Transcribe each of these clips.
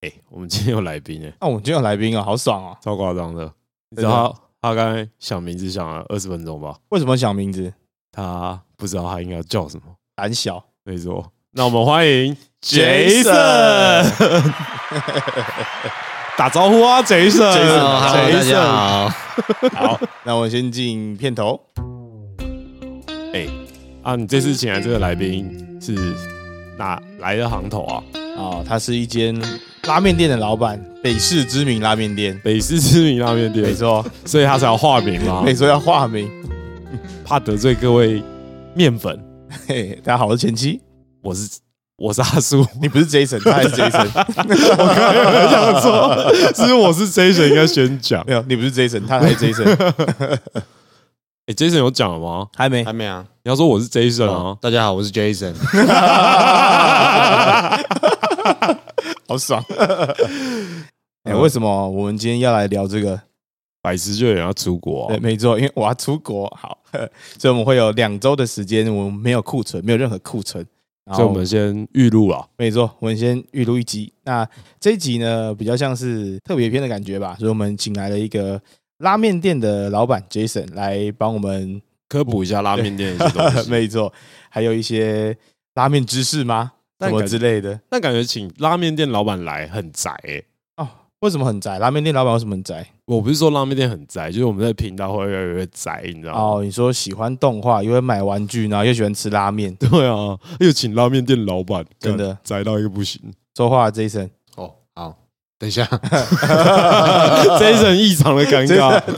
哎、我们今天有来宾哎、那、我们今天有来宾啊，好爽哦！超夸张的。你知真的道他他刚才想名字想了二十分钟吧？为什么想名字？他不知道他应该叫什么。胆小没错，那我们欢迎 Jason Jason，打招呼啊 Jason， ，Jason，Jason， Hello，呃大家好。好，那我先进片头。啊，你这次请来这个来宾是哪来的行头啊？啊、它是一间拉面店的老板，北市知名拉面店。北市知名拉面没店，错，所以他才要化名嘛，没错，要化名。怕得罪各位面粉。嘿，大家好，我是前妻，我是我是阿叔，你不是 Jason，他是 Jason，我刚刚有想说，其实我 是 Jason 应该先讲。没有，你不是 Jason，他才是 Jason，哎、j a s o n 有讲了吗？还没还。没啊？你要说我是 Jason 啊哦，大家好，我是 Jason。 好爽！哎、为什么我们今天要来聊这个？百思就有人要出国、啊对，，没错，因为我要出国，好， 所以我们会有两周的时间，我们没有库存，没有任何库存。然所以后我们先预录啊了。没错，我们先预录一集。那这一集呢，比较像是特别篇的感觉吧，所以我们请来了一个拉面店的老板 Jason 来帮我们。科普一下拉面店的一些 东西，没错，还有一些拉面知识吗？但什么感之类的但感觉请拉面店老板来很宅、欸。哦？为什么很宅？拉面店老板为什么很宅？我不是说拉面店很宅，就是我们在频道会越来越宅，你知道吗？哦，你说喜欢动画，又会买玩具，然后又喜欢吃拉面，对啊，又请拉面店老板，真的干宅到一个不 行。说话 Jason，哦，好，等一 下， Jason 异常的尴尬， 不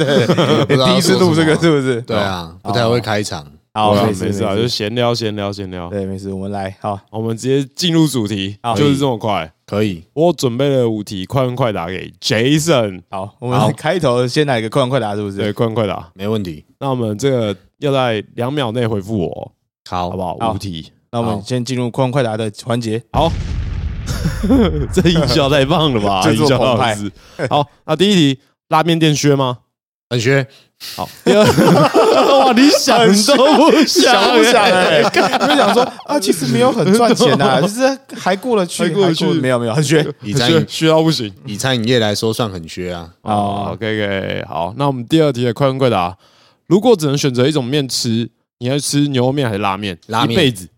知道第一次录这个说什是哦么不是？对啊，不太会开场。好，对啊没没事事啊，就闲聊闲聊闲聊。哦对，没事，我们来好，我们直接进入主题好，就是这么快。可以，我准备了五题，快问快答给 Jason。好，我们好开头先来个快问快答，是不是？对，快问快答。没问题。那我们这个要在两秒内回复我，好，好不好？好五题。 那我们好先进入快问快答的环节。好，这音效太棒了 吧！制音作效澎老湃师。好，那第一题，拉面店缺吗？很学，好，第二， 哇，你想都不想，欸想不 想哎、就想说啊，其实没有很赚钱 呐、就是还过得去，还过得去还没有没有，很绝。以餐缺饮缺到不行。以餐饮业来说算很学啊。哦，OK，OK，好，那我们第二题的快问快答，如果只能选择一种面吃，你要吃牛肉面还是拉面？拉面一辈子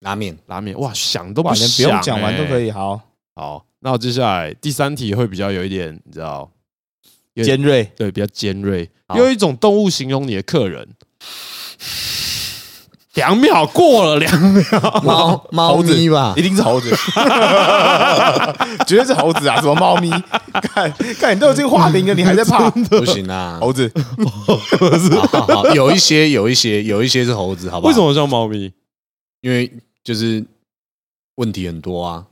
拉 面，拉面，哇，想都哇，不连想，欸不用欸讲完都可以。以。好，好，那我接下来第三题会比较有一点，你知道，对尖锐，对，比较尖锐。好用一种动物形容你的客人， 两秒过了，两猫猫哦猴子咪吧 一，定是猴子，啊绝对是猴子啊！什么猫咪？看，看你都有这个化名了，你还在怕不行啊。猴子？好好好，有一些，有一些，有一些是猴子，好不好？为什？么像猫咪？因为就是问题很多啊，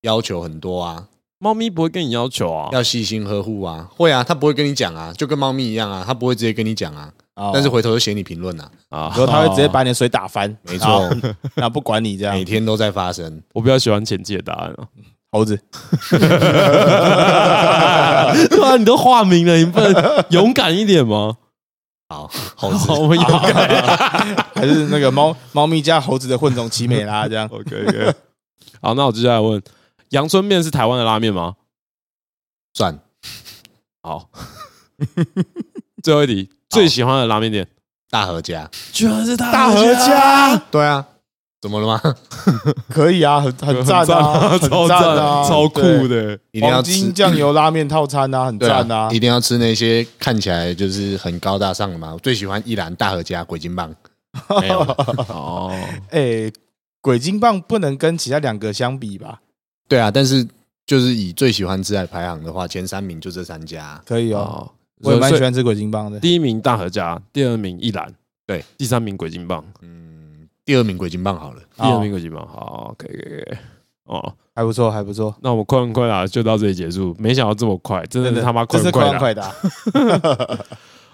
要求很多啊。猫咪不会跟你要求 啊，哦要细心呵护啊，会啊，他不会跟你讲啊，就跟猫咪一样啊，他不会直接跟你讲啊，哦但是回头就写你评论啊，啊然，后他会直接把你的水打翻，没错，那不管你这样每。天都在发生。我比较喜欢前期的答案 啊。猴 子，对啊，你都化名了，你不 能勇敢一点吗？好，猴好，子，我们 勇敢。还是那个猫猫咪加猴子的混种奇美拉这样？ OK OK。好，那我接下来问，阳春面是台湾的拉面吗？算 好，最后一题，最喜欢的拉面店大和家，居然是 大大和家对啊，怎么了 吗？可以啊，很很赞啊，啊，很超赞赞啊，超酷对的。一定要黄吃金，酱油拉面套餐啊，很对赞啊一！定要吃那些看起来就是很高大上的嘛。我最喜欢一兰大和家鬼金棒，没有了，哦，哎，鬼金棒不能跟其他两个相比吧？对啊，但是就是以最喜欢吃来排行的话，前三名就这三家啊，可以哦，哦，我也蛮所以喜欢吃鬼金棒的。第一名大和家，第二名一兰，对，第三名鬼金棒，嗯，第二名鬼金棒好了，第二名鬼金棒，好，可以可以可以。哦，哦还不错，还不错，那我们快问快答就到这里结束，没想到这么快，真的是他妈快这是问快快问答。快答，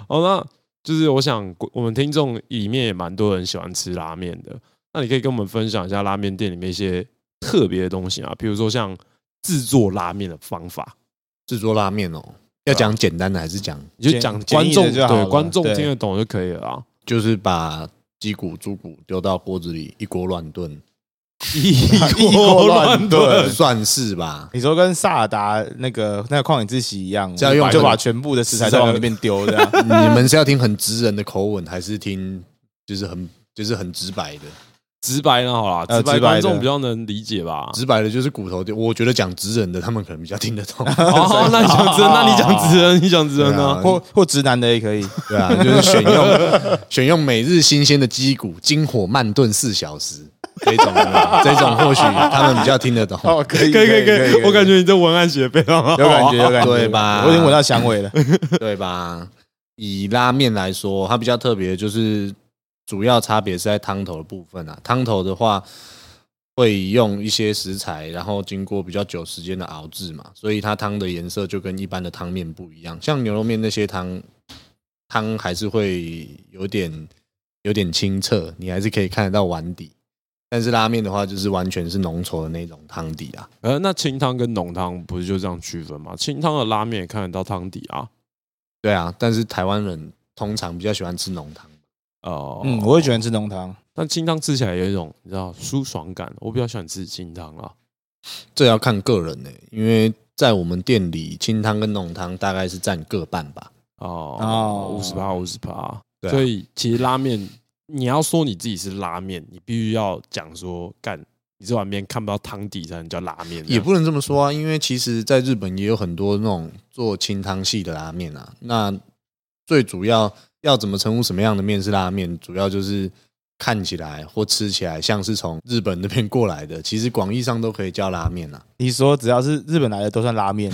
哦，那就是我想我们听众里面也蛮多人喜欢吃拉面的，那你可以跟我们分享一下拉面店里面一些特别的东西啊，比如说像制作拉面的方法，制作拉面哦，要讲简单的还是讲？你就简讲简观易的众就好对了观众对听得懂就可以了啊。 就是把鸡骨、猪骨丢到锅子里一锅乱炖， 一国国啊乱乱炖炖，算是 吧。你说跟萨尔达那个那个旷野之息一样，这样用就把全部的食材都往里面丢， 这啊样嗯你们是要听很直人的口吻，还是听就是很就是很直白的？直白呢好啦，呃直白直白观的众比较能理解吧。直白的就是骨头的，我觉得讲直人的他们可能比较听得懂。 哦，那你讲直，那你哦讲直人，你讲直人呢？啊或或直男的也可以。对啊，就是选用选用每日新鲜的鸡骨，经火慢炖四小时这种的，这种或许他们比较听得懂。哦，可以可以可以可以，我感觉你这文案写得非常好，有感觉有感觉，对吧我已经闻到香味 了。对吧？以拉面来说，它比较特别，就是主要差别是在汤头的部分啊。汤头的话，会用一些食材，然后经过比较久时间的熬制嘛，所以它汤的颜色就跟一般的汤面不一样。像牛肉面那些汤，汤还是会有点有点清澈，你还是可以看得到碗底。但是拉面的话，就是完全是浓稠的那种汤底啊。呃，那清汤跟浓汤不是就这样区分吗？清汤的拉面也看得到汤底啊。对啊，但是台湾人通常比较喜欢吃浓汤。哦，嗯，我也喜欢吃浓汤，但清汤吃起来有一种你知道舒爽感，我比较喜欢吃清汤啊。这要看个人呢、因为在我们店里，清汤跟浓汤大概是占各半吧。哦哦，五十趴五十趴，对啊所以其实拉面，你要说你自己是拉面，你必须要讲说干，你这碗面看不到汤底才能叫拉面，也不能这么说啊，因为其实在日本也有很多那种做清汤系的拉面啊。那最主要要怎么称呼什么样的面是拉面，主要就是看起来或吃起来像是从日本那边过来的，其实广义上都可以叫拉面啊，你说只要是日本来的都算拉 面，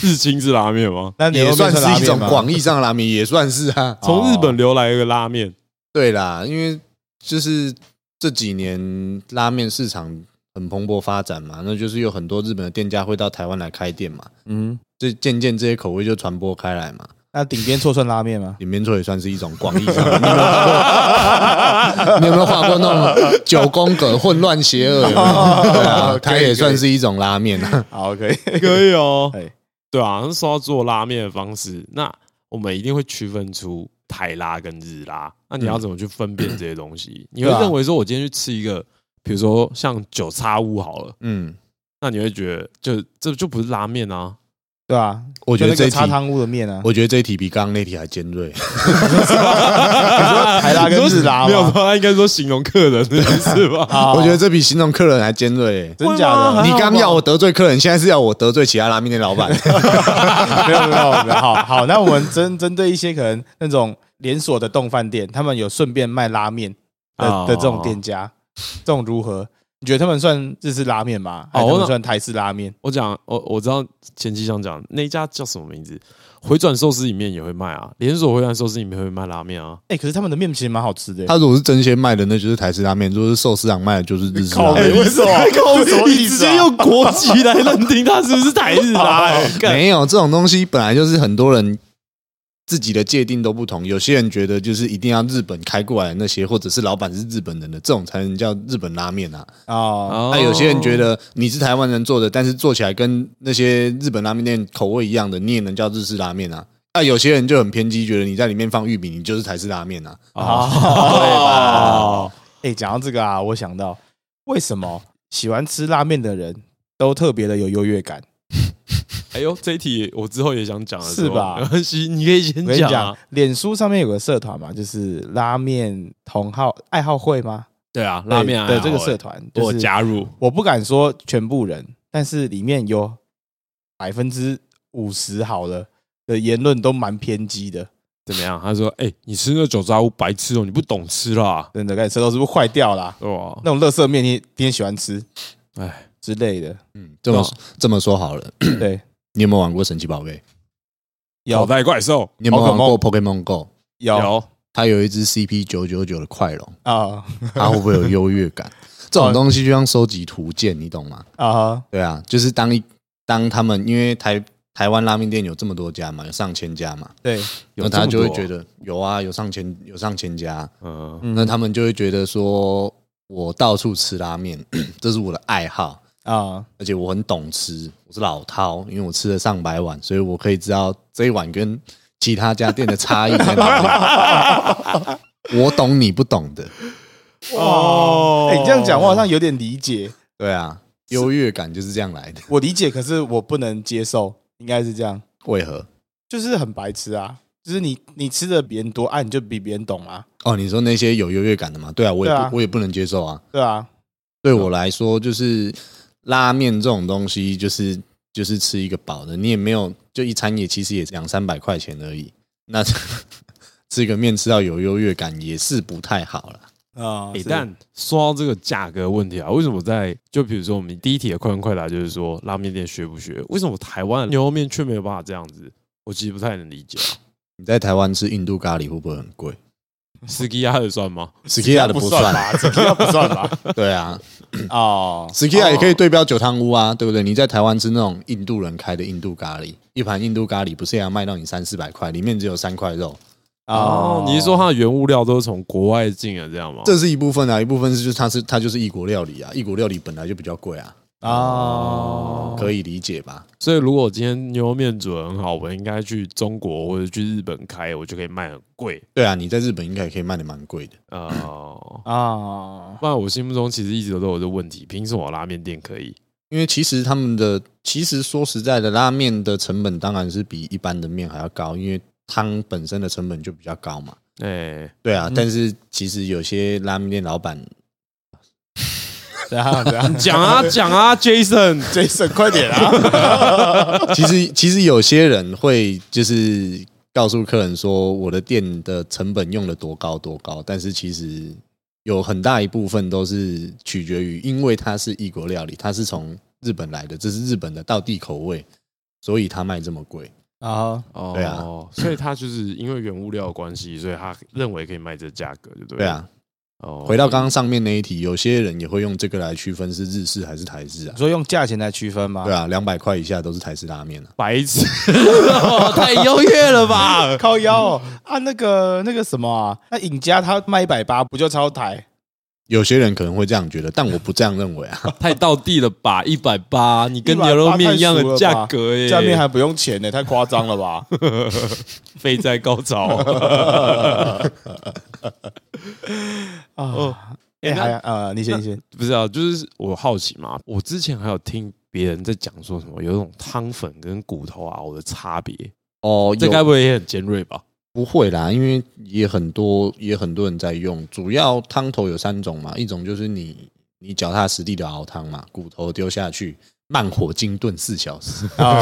日清是拉面吗？那牛也肉面算拉是一面种吗？广义上的拉面，也算是啊。从日本流来一个拉 面，对啦，因为就是这几年拉面市场很蓬勃发展嘛，那就是有很多日本的店家会到台湾来开店嘛，嗯，这渐渐这些口味就传播开来嘛。那顶边错算拉面吗？里面做也算是一种广义上的，你有没有画过？你有没有画过那 种九宫格混乱邪恶？有没哦有对啊，它也算是一种拉面啊。好，可以。可以哦哎。对啊，那说到做拉面的方式，那我们一定会区分出台拉跟日拉。那你要怎么去分辨这些东嗯西？你会对啊认为说，我今天去吃一个，比如说像九叉屋好了，嗯，那你会觉得就这就不是拉面啊。对啊，我觉得就那这个一题擦，汤屋的面啊，我觉得这一题比刚刚那题还尖锐。台拉跟日拉吗没有，他应该说形容客人的意思 吧？啊我觉得这比形容客人还尖锐欸。真假的会吗，你刚要我得罪客人，现在是要我得罪其他拉面店老板。没有没有，没有好好，那我们针针对一些可能那种连锁的冻饭店，他们有顺便卖拉面的哦的这种店家，这种如何？你觉得他们算日式拉面吗？还是哦他们那算台式拉面？我讲，我我知道前期想讲那一家叫什么名字，回转寿司里面也会卖啊，连锁回转寿司里面会卖拉面啊。哎，可是他们的面其实蛮好吃的。他如果是真鲜卖的，那就是台式拉面；如果是寿司郎卖的，就是日式拉靠哎面。北为什么为什么你意直思啊接用国籍来认定他是不是台日拉、 欸？干没有这种东西，本来就是很多人自己的界定都不同。有些人觉得就是一定要日本开过来的那些，或者是老板是日本人的，这种才能叫日本拉面啊。哦，哦那、有些人觉得你是台湾人做的，但是做起来跟那些日本拉面店口味一样的，你也能叫日式拉面啊。那、有些人就很偏激，觉得你在里面放玉米，你就是台式拉面啊。 哦，哎，讲到这个啊，我想到为什么喜欢吃拉面的人都特别的有优越感？哎呦，这一题我之后也想讲了，是吧没关系， 你可以先我跟你讲讲啊。，脸书上面有个社团嘛，就是拉面同好爱好会吗？对啊，对拉面对这个社是团，就我是加入我不敢说全部人，但是里面有百分之五十好了的言论都蛮偏激的，怎么样？他说：“哎，你吃那酒渣屋白吃哦，你不懂吃啦，真的，看舌头是不是坏掉啊啦？对吧那种垃圾面你你也喜欢吃，哎哎之类的，嗯，这么哦这么说好了， 对，你有没有玩过神奇宝贝？口有袋怪兽你有没有玩宝可梦过 Pokemon Go？有它有一只 CP 九九九的快龙。啊他会不会有优越感？ 这种东西就像收集图鉴，你懂吗？啊对啊，就是当一当他们因为台台湾拉面店有这么多家嘛，有上千家嘛，对，有那这么他就会多哦觉得有啊，有上千有上千家，嗯，嗯那他们就会觉得说我到处吃拉面， 这是我的爱好， 啊而且我很懂吃，我是老饕，因为我吃了上百碗，所以我可以知道这一碗跟 哎其他家店的差异在哪里。我懂你不懂的，哦，哎、你这样讲，我好像有点理解，对啊，优越感就是这样来的。 我理解，可是我不能接受，应该是这样，为何？就是很白痴啊，就是你你吃的别人多啊，你就比别人懂啊，哦，你说那些有优越感的嘛？对啊，我也对不、啊我也不能接受啊。对啊，对我来说，就是拉面这种东西，就是就是吃一个饱的，你也没有就一餐也其实也两三百块钱而已。那 吃个面吃到有优越感也是不太好了。啊、欸是但说到这个价格问题啊，为什么在就比如说我们第一题的快问快答就是说拉面店学不学？为什么台湾的牛肉面却没有办法这样子？我其实不太能理解、啊。你在台湾吃印度咖喱会不会很 贵斯基亚的算吗？ ？Skia 的不不算啊算，啊吧，这个不算 吧，对啊哦， ，Skia 也可以对标酒汤屋啊，对不对？你在台湾吃那种印度人开的印度咖喱，一盘印度咖喱不是也要卖到你三四百块，里面只有三块肉，哦，你是说它的原物料都是从国外进的这样吗？这是一部分啊，一部分是就是它是它就是异国料理啊，异国料理本来就比较贵啊，哦，可以理解吧？所以如果今天牛肉面煮的很好，我应该去中国或者去日本开，我就可以卖很贵。对啊，你在日本应该也可以卖的蛮贵的。呃，啊，不然我心目中其实一直都有这问题，凭什么拉面店可以？因为其实他们的，其实说实在的，拉面的成本当然是比一般的面还要高，因为汤本身的成本就比较高嘛。哎、对啊，嗯但是其实有些拉面店老板， 怎样 怎样讲啊讲啊，Jason， ，Jason 快点啊， 其实其实有些人会就是告诉客人说我的店的成本用的多高多高，但是其实有很大一部分都是取决于，因为它是异国料理，它是从日本来的，这是日本的道地口味，所以它卖这么贵。啊，哦，对啊所以他就是因为原物料的关系，所以他认为可以卖这价格，对不对？对啊，，哦回到刚刚上面那一题，有些人也会用这个来区分是日式还是台式啊你？说用价钱来区分吗？对啊，两百块以下都是台式拉面啊。白痴， 哦太优越了吧？ 靠腰哦啊，那个那个什么啊，那尹家他卖一百八，不就超台？有些人可能会这样觉得，但我不这样认为啊。 太到地了吧？一百八，你跟180牛肉面一样的价太格耶、下面还不用钱呢，太夸张了 吧？飞在高潮。 哦啊，哎哎，那还呃，你先你先不是啊，就是我好奇嘛。我之前还有听别人在讲说什么，有一种汤粉跟骨头熬的差别，哦，这该不会也很尖锐吧？不会啦，因为也很多也很多人在用。主要汤头有三种嘛，一种就是你你脚踏实地的熬汤嘛，骨头丢下去，慢火精炖四小 时，啊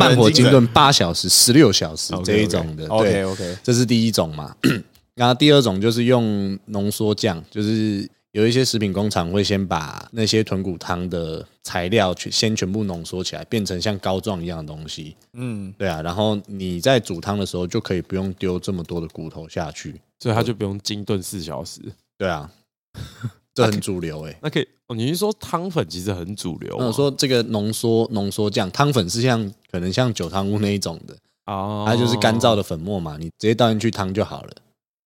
慢 火精炖八小时、十六小时 OK，OK 这一种的。对，OK OK，这是第一种嘛。 然后第二种就是用浓缩酱，就是有一些食品工厂会先把那些豚骨汤的材料去先全部浓缩起来，变成像膏状一样的东西。嗯，对啊，然后你在煮汤的时候就可以不用丢这么多的骨头下去。所以他就不用精炖四小时。对 啊，这很主流诶、欸。那可以，哦、你是说汤粉其实很主流吗？啊那我说这个浓缩浓缩酱汤粉是像可能像酒汤屋那一种的，哦，它就是干燥的粉末嘛，你直接倒进去汤就好了。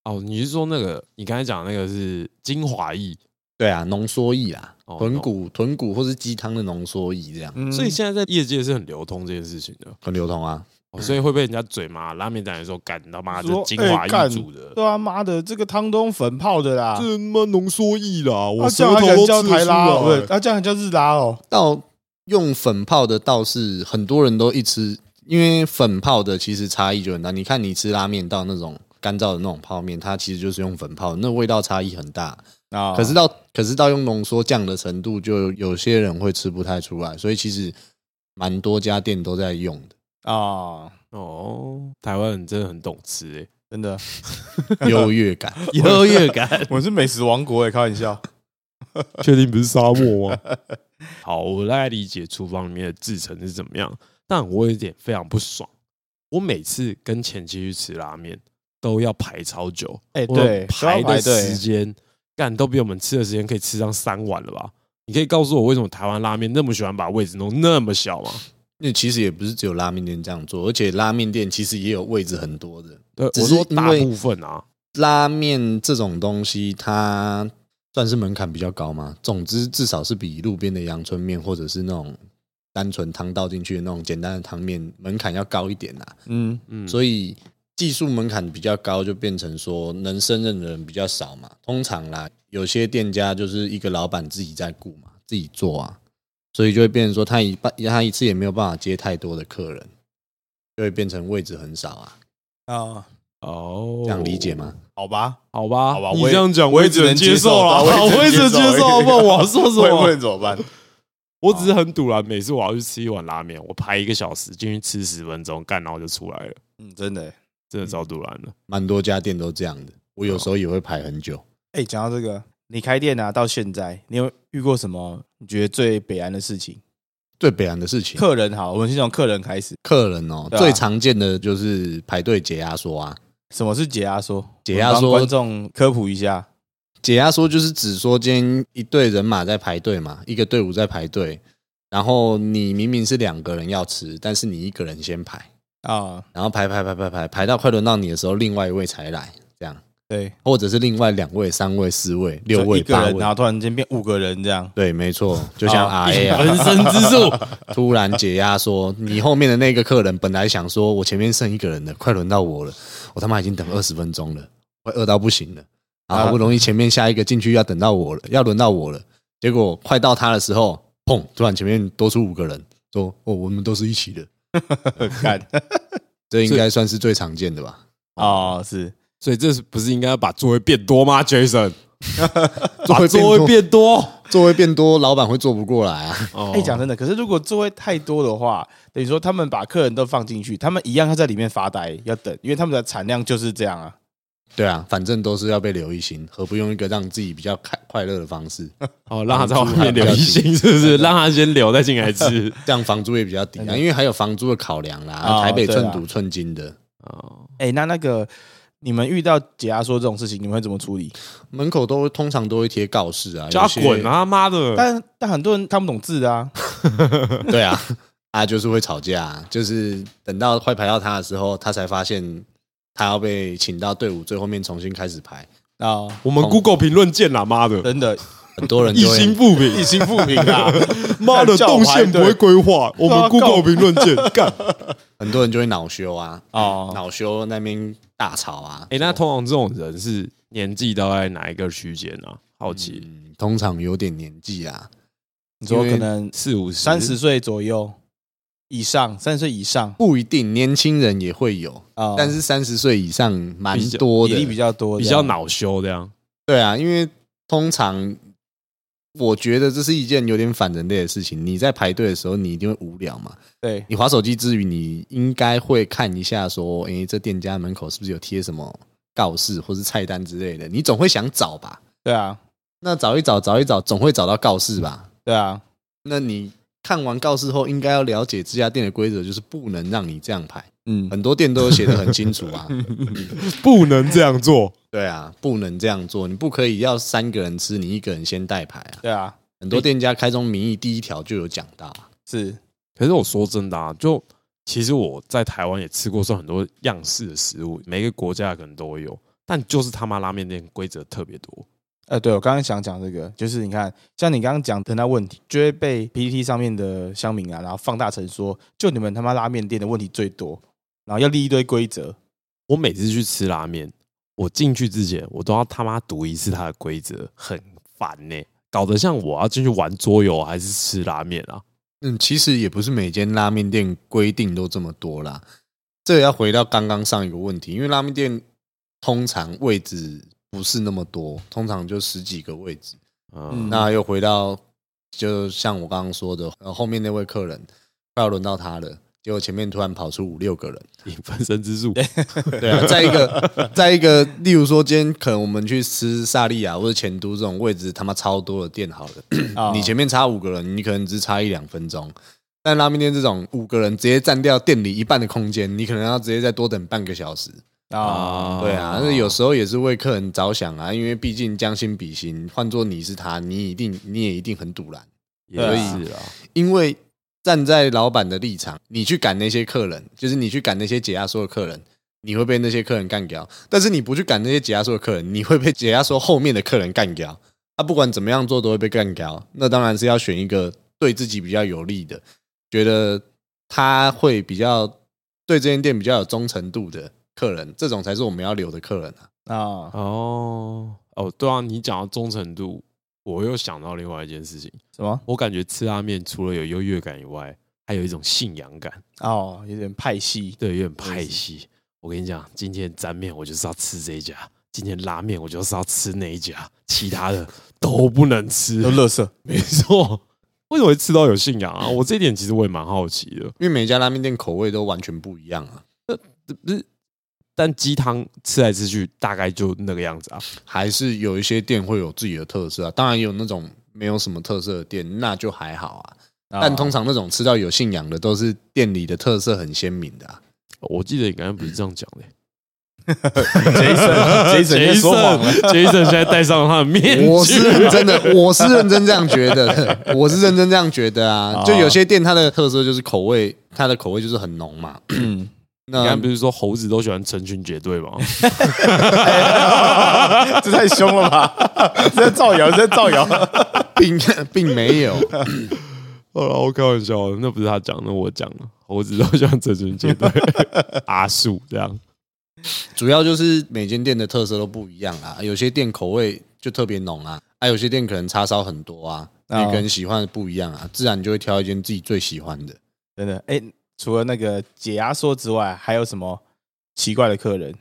哦，你是说那个你刚才讲的那个是精华液？对啊，浓缩液啦，哦豚骨、豚骨或是鸡汤的浓缩液这样，嗯所以现在在业界是很流通这件事情的，很流通啊。哦所以会被人家嘴骂。拉面店的时候，干你他妈说这精哎华干液煮的，啊对啊，妈的，这个汤都用粉泡的啦，这他妈浓缩液啦，啊我这舌样还头敢都叫吃台得出拉哦，不是来。啊，这样还叫日拉哦，到用粉泡的倒是很多人都一吃，因为粉泡的其实差异就很大。你看你吃拉面到那种干燥的那种泡面，它其实就是用粉泡，那味道差异很大。啊，可是到可是到用浓缩酱的程度，就有些人会吃不太出来，所以其实蛮多家店都在用的。啊，哦，台湾人真的很懂吃 诶、真的，优越感， 优越感，我是美食王国哎，开玩笑，确定不是沙漠吗？ 好，我大概理解厨房里面的制成是怎么样，但我有一点非常不爽。我每次跟前妻去吃拉面，都要排超久，哎，我们对，排都的要排队时间，干都比我们吃的时间可以吃上三碗了吧？你可以告诉我为什么台湾拉面那么喜欢把位置弄那么小吗？那其实也不是只有拉面店这样做，而且拉面店其实也有位置很多的。对，只我是说大因为部分啊，拉面这种东西，它算是门槛比较高嘛。总之，至少是比路边的阳春面或者是那种单纯汤倒进去的那种简单的汤面门槛要高一点啦、啊嗯，嗯，所以技术门槛比较高，就变成说能胜任的人比较少嘛。通常啦，有些店家就是一个老板自己在顾嘛，自己做啊，所以就会变成说他一半他一次也没有办法接太多的客人，就会变成位置很少啊。啊，哦，这样理解吗？好吧，好吧，好吧你我也这样讲我也也只能能接受受啦，我也只 能我也只能接受接受，因为不然我说什 会不会么？怎么办？我只是很堵然，每次我要去吃一碗拉面，我排一个小时进去吃十分钟，干然后就出来了，嗯，真的欸，真的超堵然了。蛮多家店都这样的，我哦有时候也会排很久。哎，讲到这个，你开店啊，到现在，你有遇过什么你觉得最北安的事情？最北岸的事情，客客人好，我们先从客人开始。客人哦，对啊最常见的就是排队解压缩啊。什么是解压缩？解压我们帮缩观众科普一下。解压缩就是指说，今天一队人马在排队嘛，一个队伍在排队，然后你明明是两个人要吃，但是你一个人先排，啊，然后排排排排排排到快轮到你的时候，另外一位才来，这样，对，或者是另外两位、三位、四位、六就位、一个八人，然后位。突然间变五个人这 样。对，没错，就像啊哎 R A 啊，人生之术，突然解压说，你后面的那个客人本来想说，我前面剩一个人了，快轮到我了，我他妈已经等二十分钟了，快饿到不行了。啊，啊好不容易前面下一个进去要等到我了，要轮到我了，结果快到他的时候，砰！突然前面多出五个人，说哦，我们都是一起的，干这应该算是最常见的吧？哦，是所以这是不是应该要把座位变多吗，Jason？把 座座位位变啊变多。座位变多，老板会做不过来啊。哦哎，讲真的，可是如果座位太多的话，等于说他们把客人都放进去，他们一样要在里面发呆，要等，因为他们的产量就是这样啊。对啊，反正都是要被留一星，何不用一个让自己比较开快乐的方式？哦，让他在外啊面留一星，是不是？让他先留，再进来吃。哎这样房租也比较低啊，因为还有房租的考量啦，哦台北对啊寸土寸金的。哦，哎，那那个你们遇到解压缩这种事情，你们会怎么处理？门口都通常都会贴告示 啊，叫有他些滚！啊！妈的，但但很多人看不懂字的啊， 对啊，啊就是会吵架、就是等到快排到他的时候，他才发现他要被请到队伍最后面重新开始排，啊，我们 Google 评论见啦，妈的，真的很多人一 就会星不平一，心不平啊， 妈的，叫我动排线不队会规划，我对啊们 Google 评论见，干。很多人就会恼羞啊，哦，恼羞那边大吵啊。哎，那通常这种人是年纪大概哪一个区间啊？好奇，嗯，通常有点年纪啊，你说因为可能四五十、三十岁左右以上，三十岁以上不一定，年轻人也会有，啊，但是三十岁以上蛮多比的，例比较多，比较。恼羞这样。对啊，因为通常我觉得这是一件有点反人类的事情。你在排队的时候，你一定会无聊嘛。对，你划手机之余，你应该会看一下说，诶、这店家门口是不是有贴什么告示或是菜单之类的？你总会想找吧？对啊，那找一找，找一找，总会找到告示吧？对啊，那你看完告示后，应该要了解这家店的规则，就是不能让你这样排。嗯，很多店都有写的很清楚啊。不能这样做。对啊，不能这样做，你不可以要三个人吃，你一个人先代排啊。对啊，很多店家开宗明义第一条就有讲到啊，是可是我说真的啊，就其实我在台湾也吃过算很多样式的食物，每个国家可能都有，但就是他妈拉面店规则特别多。呃，对我刚刚想讲这个，就是你看，像你刚刚讲的那问题，就会被 PPT 上面的乡民啊，然后放大成说，就你们他妈拉面店的问题最多，然后要立一堆规则，我每次去吃拉面，我进去之前我都要他妈读一次它的规则，很烦呢、搞得像我要进去玩桌游还是吃拉面啊？嗯，其实也不是每间拉面店规定都这么多啦。这个要回到刚刚上一个问题，因为拉面店通常位置不是那么多，通常就十几个位置。嗯，那又回到，就像我刚刚说的，呃，后面那位客人快要轮到他了，结果前面突然跑出五六个人。引分身之术，对啊，在一个在一个，例如说今天可能我们去吃萨莉亚或者前都这种位置他妈超多的店好了，啊、 你前面差五个人，你可能只差一两分钟。但拉面店这种五个人直接占掉店里一半的空间，你可能要直接再多等半个小时。啊，对啊，那有时候也是为客人着想啊，因为毕竟将心比心，换做你是他，你一定你也一定很堵然，也是啊，因为站在老板的立场，你去赶那些客人，就是你去赶那些解压缩的客人，你会被那些客人干掉；但是你不去赶那些解压缩的客人，你会被解压缩后面的客人干掉。他、不管怎么样做都会被干掉，那当然是要选一个对自己比较有利的，觉得他会比较对这间店比较有忠诚度的，客人，这种才是我们要留的客人啊。啊，哦哦，对啊，你讲到忠诚度，我又想到另外一件事情，什么我感觉吃拉面除了有优越感以外，还有一种信仰感，哦，有点派系对，有点派系。我跟你讲，今天沾面我就是要吃这一家，今天拉面我就是要吃那一家，其他的都不能吃都。乐色， 没错，为什么会吃到有信仰啊？我这一点其实我也蛮好奇的。因为每一家拉面店口味都完全不一样啊，但鸡汤吃来吃去大概就那个样子啊。还是有一些店会有自己的特色啊。当然也有那种没有什么特色的店，那就还好啊。但通常那种吃到有信仰的，都是店里的特色很鲜明的、啊。我记得你刚才不是这样讲的、杰森 杰森在说谎了，杰森现在戴上了他的面我具 是。啊认真的，我是认真这样觉得 的，我是认真这样觉得啊。就有些店它的特色就是口味，它的口味就是很 浓嘛。嗯，你那刚才不是说猴子都喜欢成群结队吗？这太凶了吧？ 这在造谣，这在造谣。 并并没有， 好了，我开玩笑的，那不是他讲的，那我讲了。猴子都喜欢成群结 队，阿树这样。主要就是每间店的特色都不一样啦。有些店口味就特别浓啊，啊，有些店可能叉烧很多啊，哦每个人喜欢的不一样啊，自然就会挑一间自己最喜欢的。真的，哎，除了那个解压缩之外，还有什么奇怪的客人？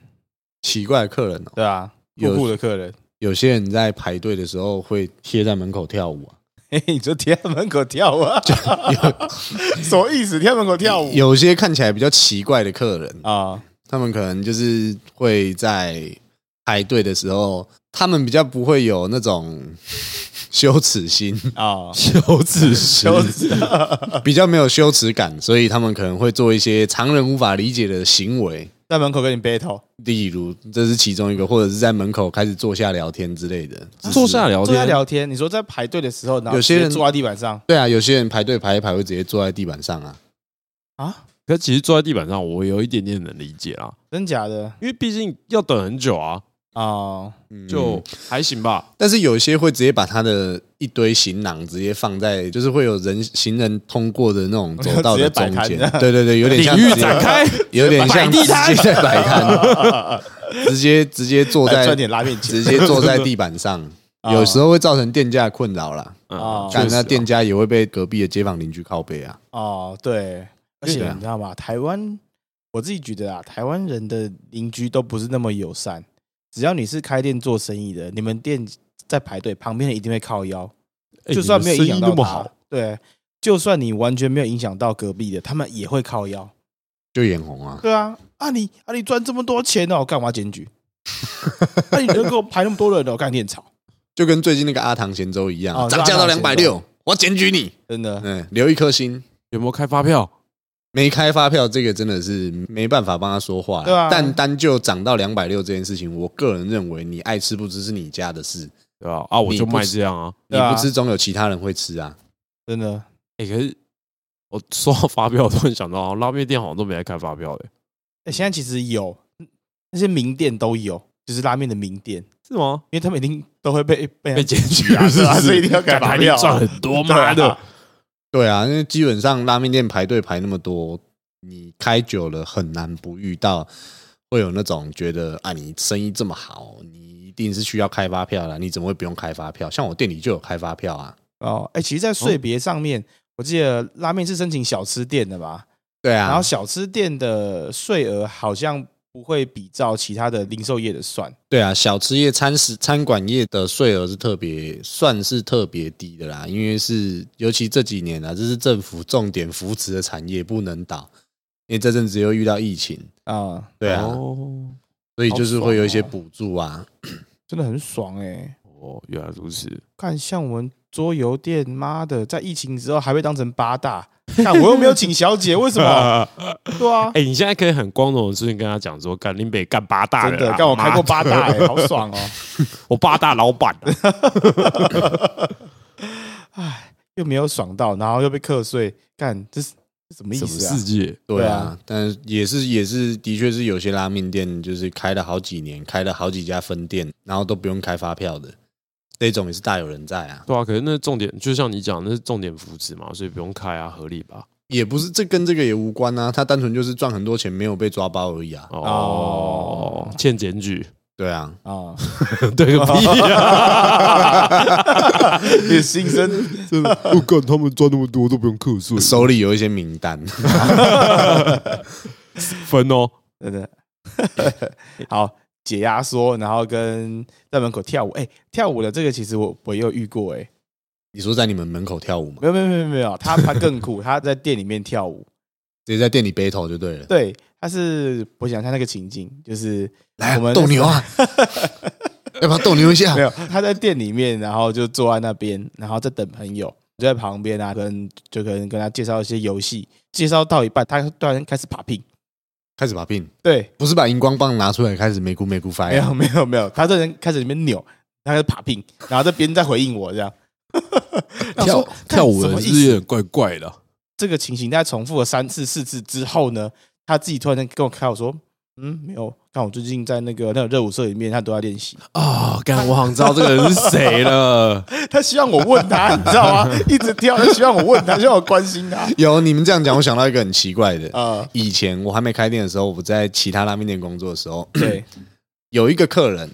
奇怪的客人哦，对啊，有酷酷的客人， 有些人在排队的时候会贴在门口跳舞啊，嘿，你就贴在门口跳舞啊？ 什么意思？贴在门口跳舞？有些看起来比较奇怪的客人，啊，他们可能就是会在排队的时候，他们比较不会有那种羞耻心，啊，羞耻 心，比较没有羞耻感，所以他们可能会做一些常人无法理解的行为， 在门口跟你 battle，例如这是其中一个，或者是在门口开始坐下聊天之类的。啊坐下聊坐天在，聊天。你说在排队的时候，然后有些人直接坐在地板上对啊，有些人排队排一排会直接坐在地板上啊，啊？可其实坐在地板上，我有一点点能理解啦，真假的因为毕竟要等很久啊，啊？ 嗯就还行吧。但是有一些会直接把他的一堆行囊直接放在，就是会有人行人通过的那种走道的中 直接间摆摊，对对对，有点领像域直接展开，有点像摆直地摊接在摆摊， 直接直接坐 来在赚点拉面钱直接坐在地板上， 啊有时候会造成店家的困扰啦。嗯哦，确但实啊那店家也会被隔壁的街坊邻居靠背啊。哦，对，而对且啊你知道吗？台湾我自己觉得啊，台湾人的邻居都不是那么友善。只要你是开店做生意的，你们店在排队，旁边人一定会靠腰，哎就算没有你们影生响意到那么他好，，对，就算你完全没有影响到隔壁的，他们也会靠腰。就眼红啊，对啊，啊你啊你赚这么多钱哦，干嘛检举？ 那、啊、你能够排那么多人哦，干你很吵，就跟最近那个阿唐咸粥一样啊，哦涨价到阿两唐百咸六粥，我要检举你，真的。嗯，留一颗心。有没有开发票？没开发票，这个真的是没办法帮他说话啦。对啊但单就涨到两百六这件事情，我个人认为你爱吃不吃是你家的事，对吧？啊，我你就不卖吃这样啊。你对啊不吃总有其他人会吃啊。真的哎，可是我说到发票，我突然想到，拉面店好像都没在开发票哎的，欸，现在其实有嗯那些名店都有，就是拉面的名店，是吗？因为他们一定都会被被被检举啊是 是不啊是？所以一定要改干发你票啊赚很多对妈啊的！对啊，因为基本上拉面店排队排那么多，你开久了很难不遇到会有那种觉得啊，你生意这么好，你一定是需要开发票啦，你怎么会不用开发票？啊像我店里就有开发票啊。哦。哎、其实，在税别上面，我记得拉面是申请小吃店的吧？对啊，然后小吃店的税额好像不会比照其他的零售业的算。对啊，小吃业、餐食、餐馆业的税额是特别，算是特别低的啦，因为是尤其这几年啊，这是政府重点扶持的产业，不能倒。因为这阵子又遇到疫情，啊、对啊，哦所以就是会有一些好补助啊。真的很爽哎、哦，原来如此。看，像我们桌游店，妈的，在疫情之后还被当成八大，看我又没有请小姐，为什 么？对啊，呃哎，你现在可以很光荣的事情跟他讲说，干林北干八大真人的，啊看我开过，八妈大、欸，好爽哦！我八大老板啊，又没有爽到，然后又被课税，干这是这 什么意什么思啊世？界？对对啊啊，但是也是也是，的确是有些拉面店就是开了好几年，开了好几家分店，然后都不用开发票的，这种也是大有人在啊。对啊，可是那重点就像你讲，那是重点扶持嘛，所以不用开啊，合理吧？也不是这跟这个也无关啊，他单纯就是赚很多钱，没有被抓包而已哦啊。哦，欠检举， 对啊，啊， 对个屁啊！你的心声真的，我干他们赚那么多都不用课税手里有一些名单，分哦。真的 好解压缩，然后跟在门口跳舞。哎、跳舞的这个其实我我也有遇过、哎，你说在你们门口跳舞嘛，没有没有没有没有，他他更酷，他在店里面跳舞。直接在店里 battle 就对了。对，他是我想一下那个情境，就是来啊我们斗牛啊， 要不要斗牛一下没？有，他在店里面，然后就坐在那边，然后在等朋友，就在旁边啊，跟就可能跟他介绍一些游戏，介绍到一半，他突然开始把拼，开始把病，对，不是把荧光棒拿出来开始没咕没咕发哎没呀？有没 有没有，他这人开始里面扭，他开始把拼，然后这边在回应我这样，然后说 跳干跳舞什的么人意是不是思有点怪怪的啊，这个情形大概重复了三次四次之后呢，他自己突然间跟我开口说，嗯，没有，看我最近在那个那个热舞社里面，他都在练习。 啊，干，我好像知道这个人是谁了。 他希望我问他，你知道吗？ 一直跳，他希望我问他，希望我关心他。有你们这样讲，我想到一个很奇怪的。 啊，以前我还没开店的时候，我在其他拉面店工作的时候， 对，有一个客人，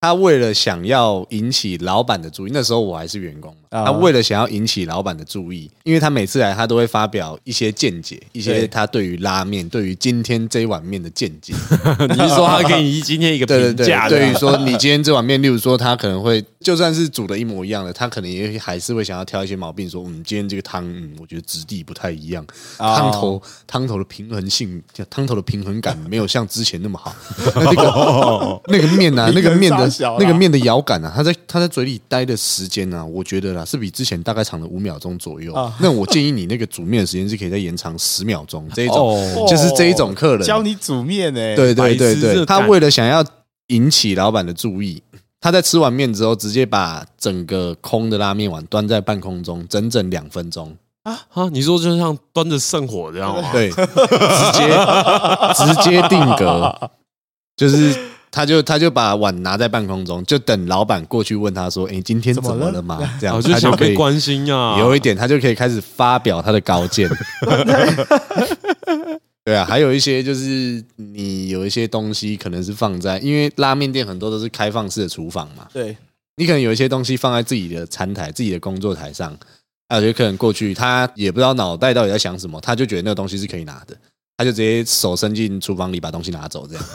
他为了想要引起老板的注意，那时候我还是员工嘛，啊他为了想要引起老板的注意，因为他每次来，他都会发表一些见解，一些对他对于拉面、对于今天这碗面的见解。你是说他给你今天一个对对评价对，的？对于说你今天这碗面，例如说他可能会， 就算是煮的一模一样的，他可能也还是会想要挑一些毛病，说嗯，今天这个汤，嗯，我觉得质地不太一样，汤头汤头的平衡性，汤头的平衡感没有像之前那么好，那个那个面啊，你那人个面的傻小啦那个面的咬感啊，他在他在嘴里待的时间啊，我觉得啦是比之前大概长了五秒钟左右啊，那我建议你那个煮面的时间是可以再延长十秒钟，这一种哦，就是这一种客人啊教你煮面欸呢。对对对白痴对，这他干为了想要引起老板的注意，他在吃完面之后，直接把整个空的拉面碗端在半空中，整整两分钟，啊，你说就像端着圣火这样吗？ 对，直接直接定格，就是他就他就把碗拿在半空中，就等老板过去问他说：“哎，今天怎怎么么了了嘛？”这样啊我他哦就就想可被以。关心啊，有一点，他就可以开始发表他的高见。对啊，还有一些就是你有一些东西可能是放在，因为拉面店很多都是开放式的厨房嘛，对，你可能有一些东西放在自己的餐台、自己的工作台上，还有些客人过去，他也不知道脑袋到底在想什么，他就觉得那个东西是可以拿的，他就直接手伸进厨房里把东西拿走，这样。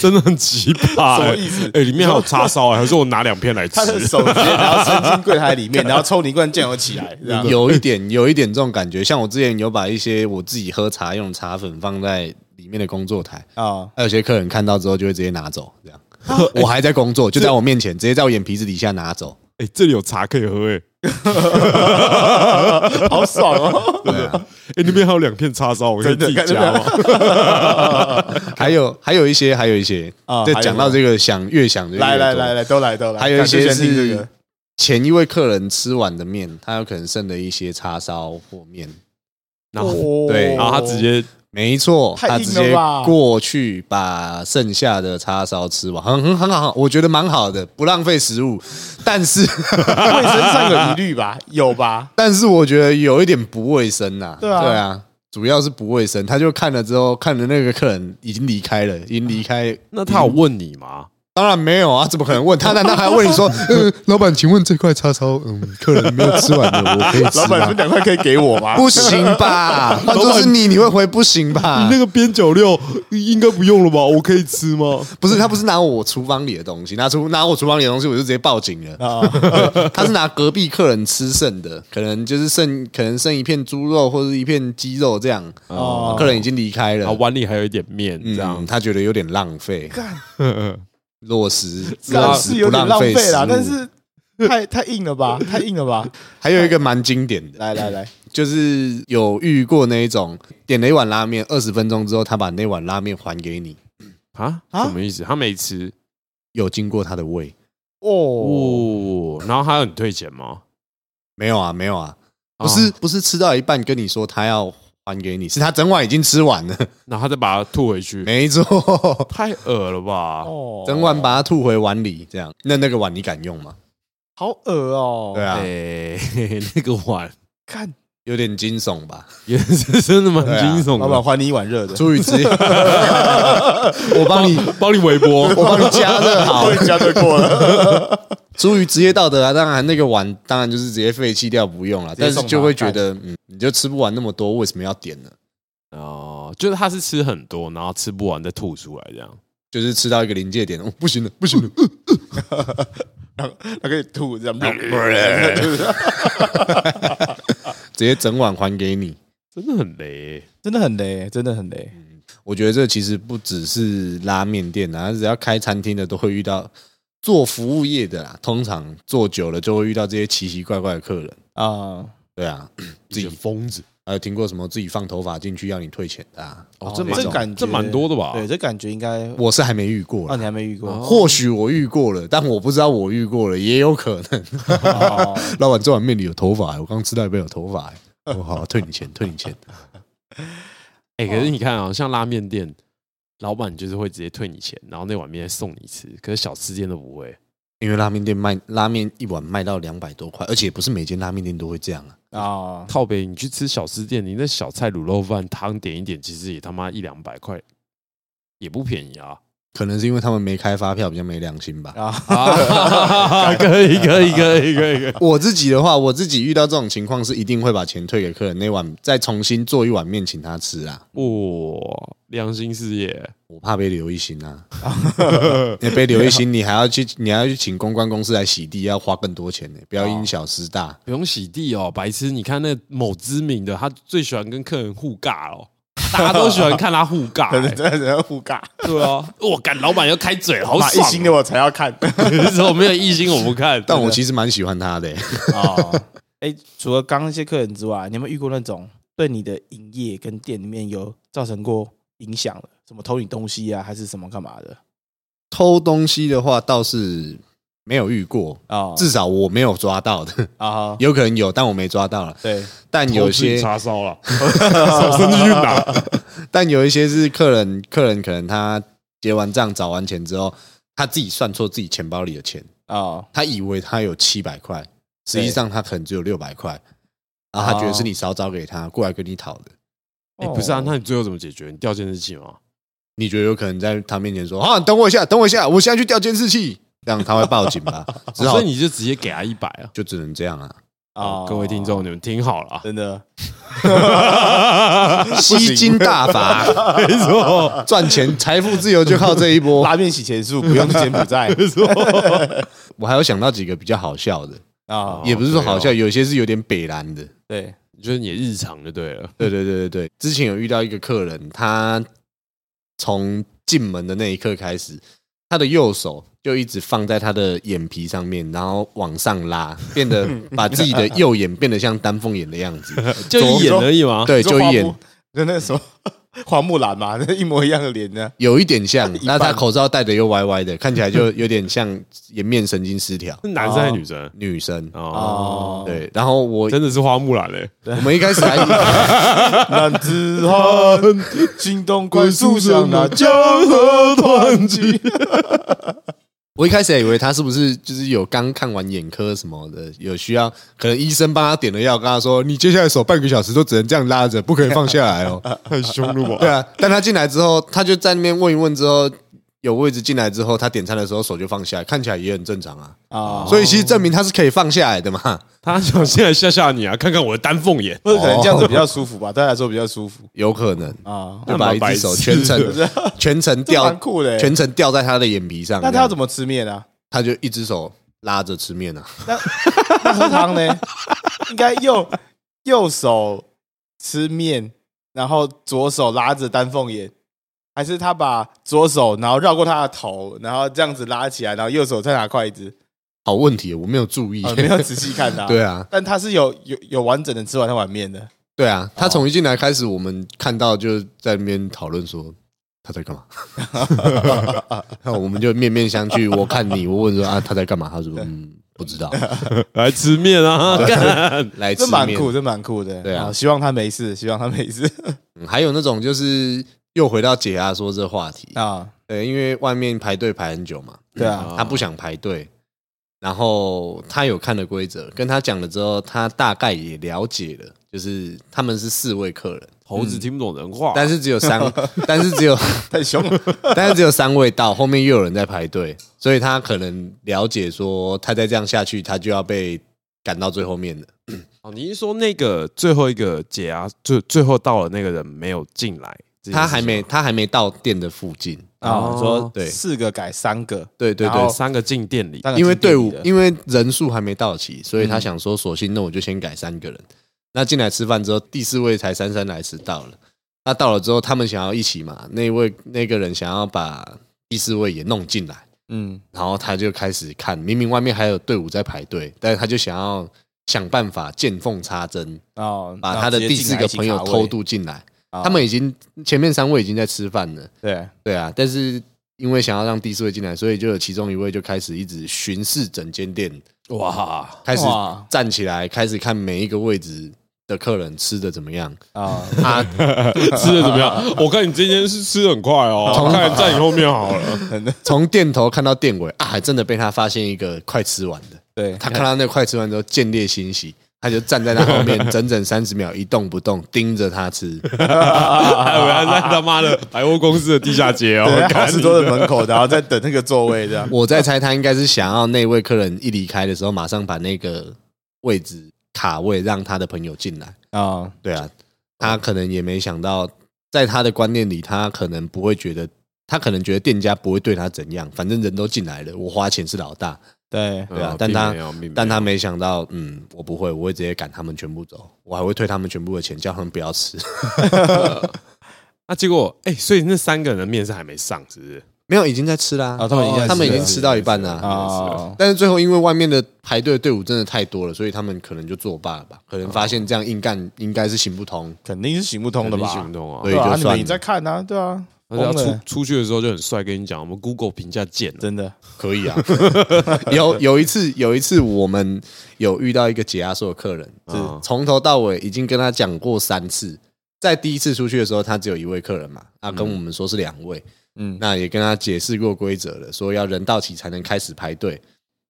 真的很奇葩、什么欸。意思哎、里面还有叉烧哎、欸，还是我拿两片来吃他？的手直接然后伸进柜台里 面，然后抽你一罐酱油起来，这样有一点，有一点这种感觉。像我之前有把一些我自己喝茶用的茶粉放在里面的工作台，啊， 还有些客人看到之后就会直接拿走，这样。哦 我还在工作，就在我面前，直接在我眼皮子底下拿 走。哎、这里有茶可以喝哎、欸，好爽哦！对啊，哎、那边还有两片叉烧，我可以自己真的夹吗？ 还有还有一些，还有一些啊，在还有讲到这个想越想 就越来来多来来，都来都来，还有一些感谢先听这是个前一位客人吃完的面，他有可能剩的一些叉烧或面。然后，哦对然后他直接没错，太他硬直了接吧过去把剩下的叉烧吃完，很很很好，我觉得蛮好的，不浪费食物。但是，卫生上有疑虑吧？ 有吧？但是我觉得有一点不卫生呐、对啊主要是不卫生。他就看了之后，看着那个客人已经离开了，已经离开。那他有问你吗？当然没有啊，怎么可能问他？难道还问你 说，嗯， 老板，请问这块叉烧，嗯，客人没有吃完的，我可以吃老吗板，这两块可以给我吗？ 不行吧？换作是你，你会回不行吧？个边角料应该不用了吧？我可以吃吗？不是，他不是拿我厨房里的东西，拿出拿我厨房里的东西，我就直接报警了。 啊，他是拿隔壁客人吃剩的，可能就是剩，可能剩一片猪肉或者一片鸡肉这样。哦客人已经离开了啊，，碗里还有一点面，这样嗯，。他觉得有点浪费，嗯落实当落然实 是有不点浪费费啦食，物但是太太硬了 吧？太硬了吧？还有一个蛮经典的，来来来，就是有遇过那一种点了一碗拉面，二十分钟之后他把那碗拉面还给你，啊，啊什么意思？他没吃有经过他的胃。哦，哦，然后他有你退钱吗？没有啊，没有啊，不是、哦，不是吃到一半跟你说他要还给你，是他整碗已经吃完了， 然后他再把它吐回去，没错，太恶了吧？哦整碗把它吐回碗里，这样，那那个碗你敢用吗？啊好恶哦， 对啊，哎，那个碗看有点惊悚吧？也是真的蛮对啊惊悚老的。板还你一碗热的，朱雨之， 我帮你，帮你微波， 我帮你加热好。已经加对过了， 出于职业道德啊，当然那个碗当然就是直接废弃掉不用了，直接但送是他就会觉得，嗯，你就吃不完那么多，为什么要点呢？哦，就是他是吃很多，然后吃不完再吐出来这样。就是吃到一个临界点，哦，不行了， 不行了，呃然后他可以吐 这样，嗯直接整碗还给你。真的很雷、欸。真的很雷，真的很雷。我觉得这其实不只是拉面店啊，只要开餐厅的都会遇到做服务业的啦，通常做久了就会遇到这些奇奇怪怪的客人。啊，对啊， 自己疯 子还有听过什么自己放头发进去要你退钱的、啊？哦这蛮这感觉这蛮多的吧？对，这感觉应该，我是还没遇过啊，啦，你还没遇过，或许我遇过了，但我不知道我遇过了，也有可能。 哦老板这碗面里有头发欸，我刚吃到一杯有头发欸。我好，退你钱，退你钱。哎、可是你看啊，像拉面店，老板就是会直接退你钱，然后那碗面再送你吃。可是小吃店都不会，因为拉面店卖拉面一碗卖到两百多块，而且不是每间拉面店都会这样啊。 啊，靠北你去吃小吃店，你那小菜卤肉饭汤点一点，其实也他妈一两百块，也不便宜啊。 可能是因为他们没开发票，比较没良心 吧。啊，啊，可以可以可以可以可以，我自己的话，我自己遇到这种情况是一定会把钱退给客人，那碗再重新做一碗面请他吃啊。哇，良心事业，我怕被留一星 啊，你被留一星，你还要去你还要去请公关公司来洗地，要花更多钱呢、不要因小失大。不用洗地哦，白痴！你看那某知名的，他最喜欢跟客人互尬 哦，大家都喜欢看他互尬、 可能欸真的是要互尬，对啊，我干，老板要开嘴，好买一爽、哦星的我才要看有 时候没有异心我不看，但我其实蛮喜欢他的欸、 哦。哎，除了刚刚那些客人之外，你有没有遇过那种对你的营业跟店里面有造成过影响的？什么偷你东西啊，还是什么干嘛的？偷东西的话倒是没有遇过，啊，至少我没有抓到的， 啊，有可能有，但我没抓到了。对，但有 些，叉烧了，手伸进去拿， 但有一些是客人，客人可能他结完账找完钱之后，他自己算错自己钱包里的钱，啊，他以为他有七百块，实际上他可能只有六百块，然后他觉得是你少找给啊他，过来跟你讨的。哎，不是啊，那你最后怎么解决？你调监视器吗？你觉得有可能在他面前说啊，你等我一下，等我一下，我现在去调监视器，这样他会报警 吧？只好哦所以你就直接给他一百啊！就只能这样啊。啊，各位听众，你们听好了啊，哦真的 吸金大法，没错，赚钱财富自由就靠这 一波。拉面洗钱术不用去柬埔 寨没错，我还有想到几个比较好笑的，啊，也不是说好笑，对有些是有点北蓝的。对，就是你日常就对了，对对对对对，之前有遇到一个客人，他从进门的那一刻开始，他的右手就一直放在他的眼皮上面，然后往上拉，变得把自己的右眼变得像丹凤眼的样子。 就一眼左而已嘛。对，你说就花一木眼，就 那什么花木兰嘛，那一模一样的脸呢。。有一点像 一那半他口罩戴的又歪歪的，看起来就有点像颜面神经失调。是男生还是女生？女生，哦，哦，对，然后我真的是花木兰欸嘞，我们一开始还以为男子汉，行动快速像那江河湍急。我一开始也 以为他是不是就是有刚看完眼科什么的，有需要，可能医生帮他点了药，跟他说你接下来手半个小时都只能这样拉着，不可以放下来 哦。太凶了吧？对啊，但他进来之后，他就在那边问一问之后，有位置进来之后，他点餐的时候手就放下来，看起来也很正常 啊。啊，所以其实证明他是可以放下来的嘛。他想现在吓吓你啊，看看我的丹凤眼， 不是可能这样子比较舒服吧？对他来说比较舒服有可能啊。就把一只手全那蛮程全程这吊蛮酷的欸。全啊程吊在他的眼皮上，那他要怎么？么吃面啊？他就一只手拉着吃面啊，那喝汤呢？应该右右手吃面，然后左手拉着丹凤眼，还是他把左手然后绕过他的头，然后这样子拉起来，然后右手再拿筷子？好问题，我没有注意，啊，没有仔细看他。 对啊，但他是有有有完整的吃完那碗面的。对啊，他从一进来开始，我们看到就在那边讨论说他 在干嘛，那我们就面面相觑。我看你，我问说啊他在干嘛？他说嗯不知道，来吃面 啊！干来吃这蛮面。酷，这蛮酷的。对啊好希望他没事，希望他没事嗯还有那种就是又回到解压说这话题，啊。对，因为外面排队排很久嘛，对啊，他不想排队，然后他有看的规则，跟他讲了之后，他大概也了解了，就是他们是四位客人，猴子听不懂人话，啊但是只有三， 但是只有太凶 了，但是只有三位到，后面又有人在排队，所以他可能了解说，他再这样下去，他就要被赶到最后面的。哦，你是说那个最后一个解啊，最最后到了那个人没有进来这件事情吗，他还没他还没到店的附近哦啊，说对四个改三个，对对然后对，三个进店里，三个因为进店队里伍的嗯因为人数还没到齐，所以他想说，索性那我就先改三个人。那进来吃饭之后，第四位才姗姗来迟到了。那到了之后，他们想要一起嘛，那一位那个人想要把第四位也弄进来，嗯，然后他就开始看，明明外面还有队伍在排队，但是他就想要想办法见缝插针，哦，把他的第四个朋友偷渡进来。然后直接进来他一起卡位，哦们已经前面三位已经在吃饭了，对，对啊，但是因为想要让第四位进来，所以就有其中一位就开始一直巡视整间店，哇，开始 哇站起来，开始看每一个位置的客人吃的怎么样。啊，他 吃的怎么样？ 我看你今天是吃的很快哦，看来在你后面好了。 从店头看到店尾啊，还真的被他发现一个快吃完的。 对，他看到那个快吃完之后，见猎欣喜，他就站在他后面整整三十秒一动不动盯着他吃。还有他在哎他妈的百货公司的地下街 哦，对，在好看事多的门口，然后在等那个座位这样。我在猜，他应该是想要那位客人一离开的时候，马上把那个位置卡位，让他的朋友进来。啊，对啊，他可能也没想到，在他的观念里，他可能不会觉得，他可能觉得店家不会对他怎样，反正人都进来了，我花钱是老大。对，对啊嗯，但并他没有并没有但他没想到，嗯，我不会，我会直接赶他们全部走，我还会退他们全部的钱，叫他们不要吃。那结果哎，所以那三个人的面是还没上，是不是？没有，已经在吃啦、哦他们已经在吃了他们已经吃到一半啦、啊啊，但是最后，因为外面的排队的队伍真的太多了，所以他们可能就作罢了吧？可能发现这样硬干应该是行不通，肯定是行不通的肯定行吧不？通啊！对对啊，就你算们了也在看啊，对啊，而且他疯了出出去的时候就很帅，跟你讲，我们 Google 评价贱啊，真的可以啊。 有有一次，有一次我们有遇到一个解压缩的客人，是嗯从头到尾已经跟他讲过三次。在第一次出去的时候，他只有一位客人嘛，他跟我们说是两位，嗯那也跟他解释过规则了，说要人到齐才能开始排队。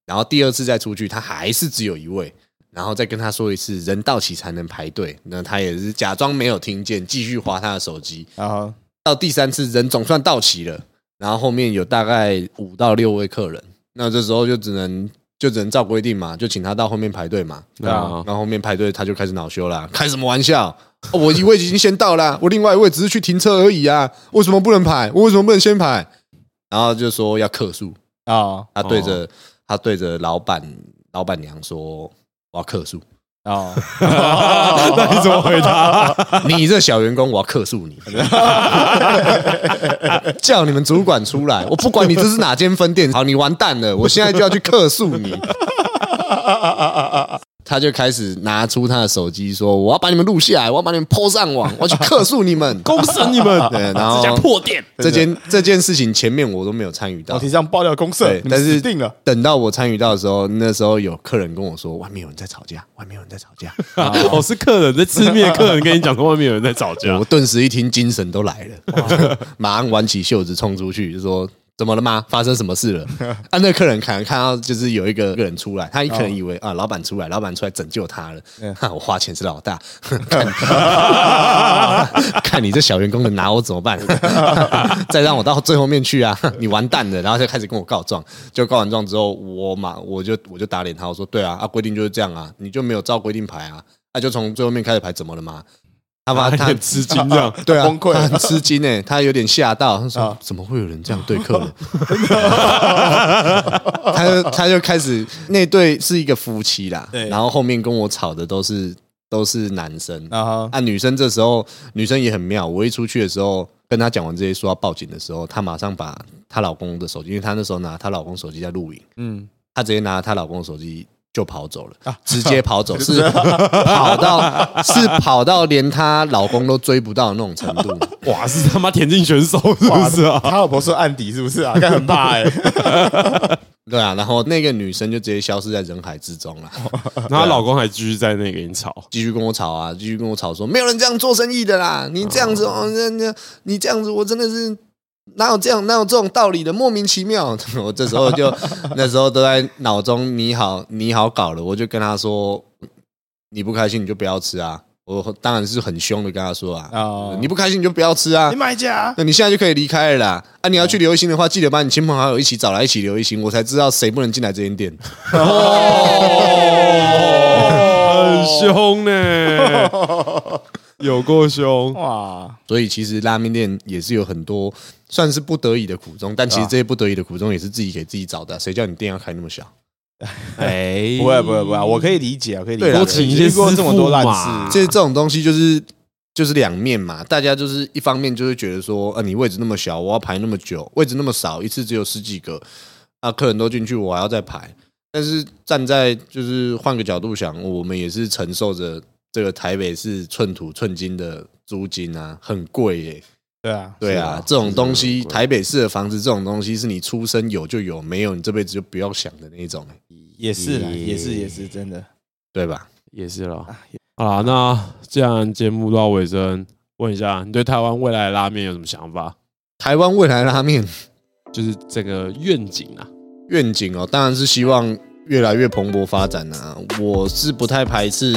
然后第二次再出去，他还是只有一位，然后再跟他说一次人到齐才能排队，那他也是假装没有听见，继续划他的手机。然后到第三次人总算到齐了，然后后面有大概五到六位客人，那这时候就只能就只能照规定嘛，就请他到后面排队嘛。对啊，然后后面排队他就开始恼羞啦，开什么玩笑？哦、我一位已经先到啦，我另外一位只是去停车而已啊，为什么不能排？我为什么不能先排？然后就说要客诉，啊他对哦着、他对着老板老板娘说我要客诉， 啊，那你怎么回答？ 你这小员工我要客诉你， 叫你们主管出来，我不管你这是哪间分店，好，你完蛋了，我现在就要去客诉你。 他就开始拿出他的手机说：“我要把你们录下来，我要把你们 PO 上网，我要去客诉你们。” 公审你们， 对，然这家后破店，这件这件事情前面我都没有参与到我，提上爆料公社对，，但是定了，等到我参与到的时候，那时候有客人跟我说，外面有人在吵架，外面有人在吵架， 我哦是客人在吃面，客人跟你讲说外面有人在吵 架我，顿时一听精神都来 了，马上挽起袖子冲出去，就说。怎么了吗？发生什么事了？ 啊，那客人看看到就是有一个个人出来，他可能以哦为、啊，老板出来，老板出来拯救他了。嗯 哈、我花钱是老大， 看看你这小员工能拿我怎么办？ 再让我到最后面去啊，你完蛋了！然后就开始跟我告状，就告完状之后，我马我就我就打脸他，我说对啊，啊规定就是这样啊，你就没有照规定排啊，那、就从最后面开始排，怎么了嘛？他把他很吃惊这 样。对啊，崩溃他很吃 惊诶，他有点吓到，他说、啊怎么会有人这样对客 人？他就他就开始那对是一个夫妻啦，对然后后面跟我吵的都是都是男生 然后啊，女生这时候女生也很妙，我一出去的时候跟她讲完这些说要报警的时候，她马上把她老公的手机，因为她那时候拿她老公手机在录影，嗯，啊她直接拿她老公的手机。就跑走了，直接 跑走，是跑到是跑到连她老公都追不到的那种程度。哇，是他妈田径选手是不是啊？他老婆说案底是不是啊？该很怕 哎，对啊，然后那个女生就直接消失在人海之中了，然后她老公还继续在那给你吵， 继续跟我吵啊，继续跟我吵说没有人这样做生意的啦，你这样子哦，那那你这样子我真的是哪有这样哪有这种道理的？莫名其妙！ 我这时候就那时候都在脑中你好你好搞了，我就跟他说，你不开心你就不要吃啊！我当然是很凶的跟他说啊，哦你不开心你就不要吃啊你！买家 那你现在就可以离开了啦！啊，你要去留一星的话，记得把你亲朋好友一起找来一起留一星，我才知道谁不能进来这间店。哦很凶呢、有够凶。哇，所以其实拉面店也是有很多算是不得已的苦衷，但其实这些不得已的苦衷也是自己给自己找的啊、谁叫你店要开那么小？哎，不会不会不会，啊我可以理解，我可以理解。啊对啦多请一些遇过这么多师傅嘛烂这事，这种东西就是就是两面嘛，大家就是一方面就是觉得说，呃，你位置那么小，我要排那么久，位置那么少，一次只有十几个，啊，客人都进去，我还要再排。但是站在就是换个角度想，我们也是承受着这个台北市寸土寸金的租金啊，很贵耶、对啊，对是啊啊，这种东是西，啊台北市的房子这种东西是你出生有就有，没有你这辈子就不要想的那一种，也是啦，也也是也是真的。对吧？也是了。啊也好啦，那既然节目到尾声，问一下你对台湾未来的拉面有什么想法？台湾未来拉面就是这个愿景啊，愿景哦，当然是希望越来越蓬勃发展啊。我是不太排斥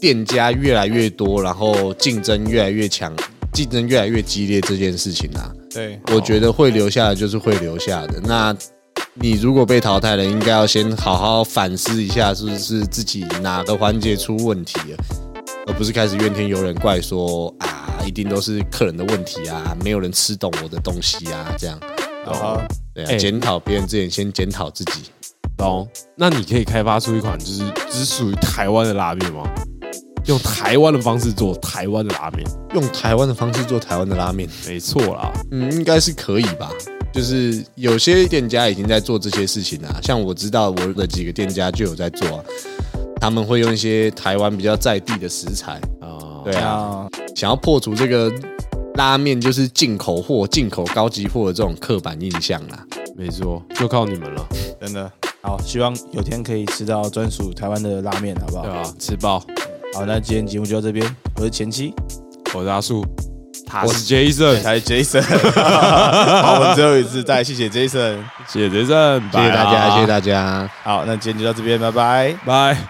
店家越来越多，然后竞争越来越强，竞争越来越激烈这件事情啊。对，我觉得会留下的就是会留下的。那你如果被淘汰了，应该要先好好反思一下，是不是自己哪个环节出问题了，而不是开始怨天尤人，怪说啊，一定都是客人的问题啊，没有人吃懂我的东西啊，这样。然后对哎啊，检讨别人之前先检讨自己。懂？那你可以开发出一款就是只属于台湾的拉面吗？用台湾的方式做台湾的拉面，用台湾的方式做台湾的拉面，没错啦。嗯，应该是可以吧。就是有些店家已经在做这些事情了、啊像我知道我的几个店家就有在做、啊，他们会用一些台湾比较在地的食材，啊、对啊，啊，想要破除这个拉面就是进口货、进口高级货的这种刻板印象啊啦。没错，就靠你们了，真的好，希望有天可以吃到专属台湾的拉面，好不对好？吧、吃爆！好，那今天节目就到这边，我是前妻，我是阿树，他我是 Jason，才 Jason，好，我们最后一次再谢谢 Jason，谢谢 Jason，谢谢大家，谢家，谢大家。好，那今天就到这边，拜拜。拜。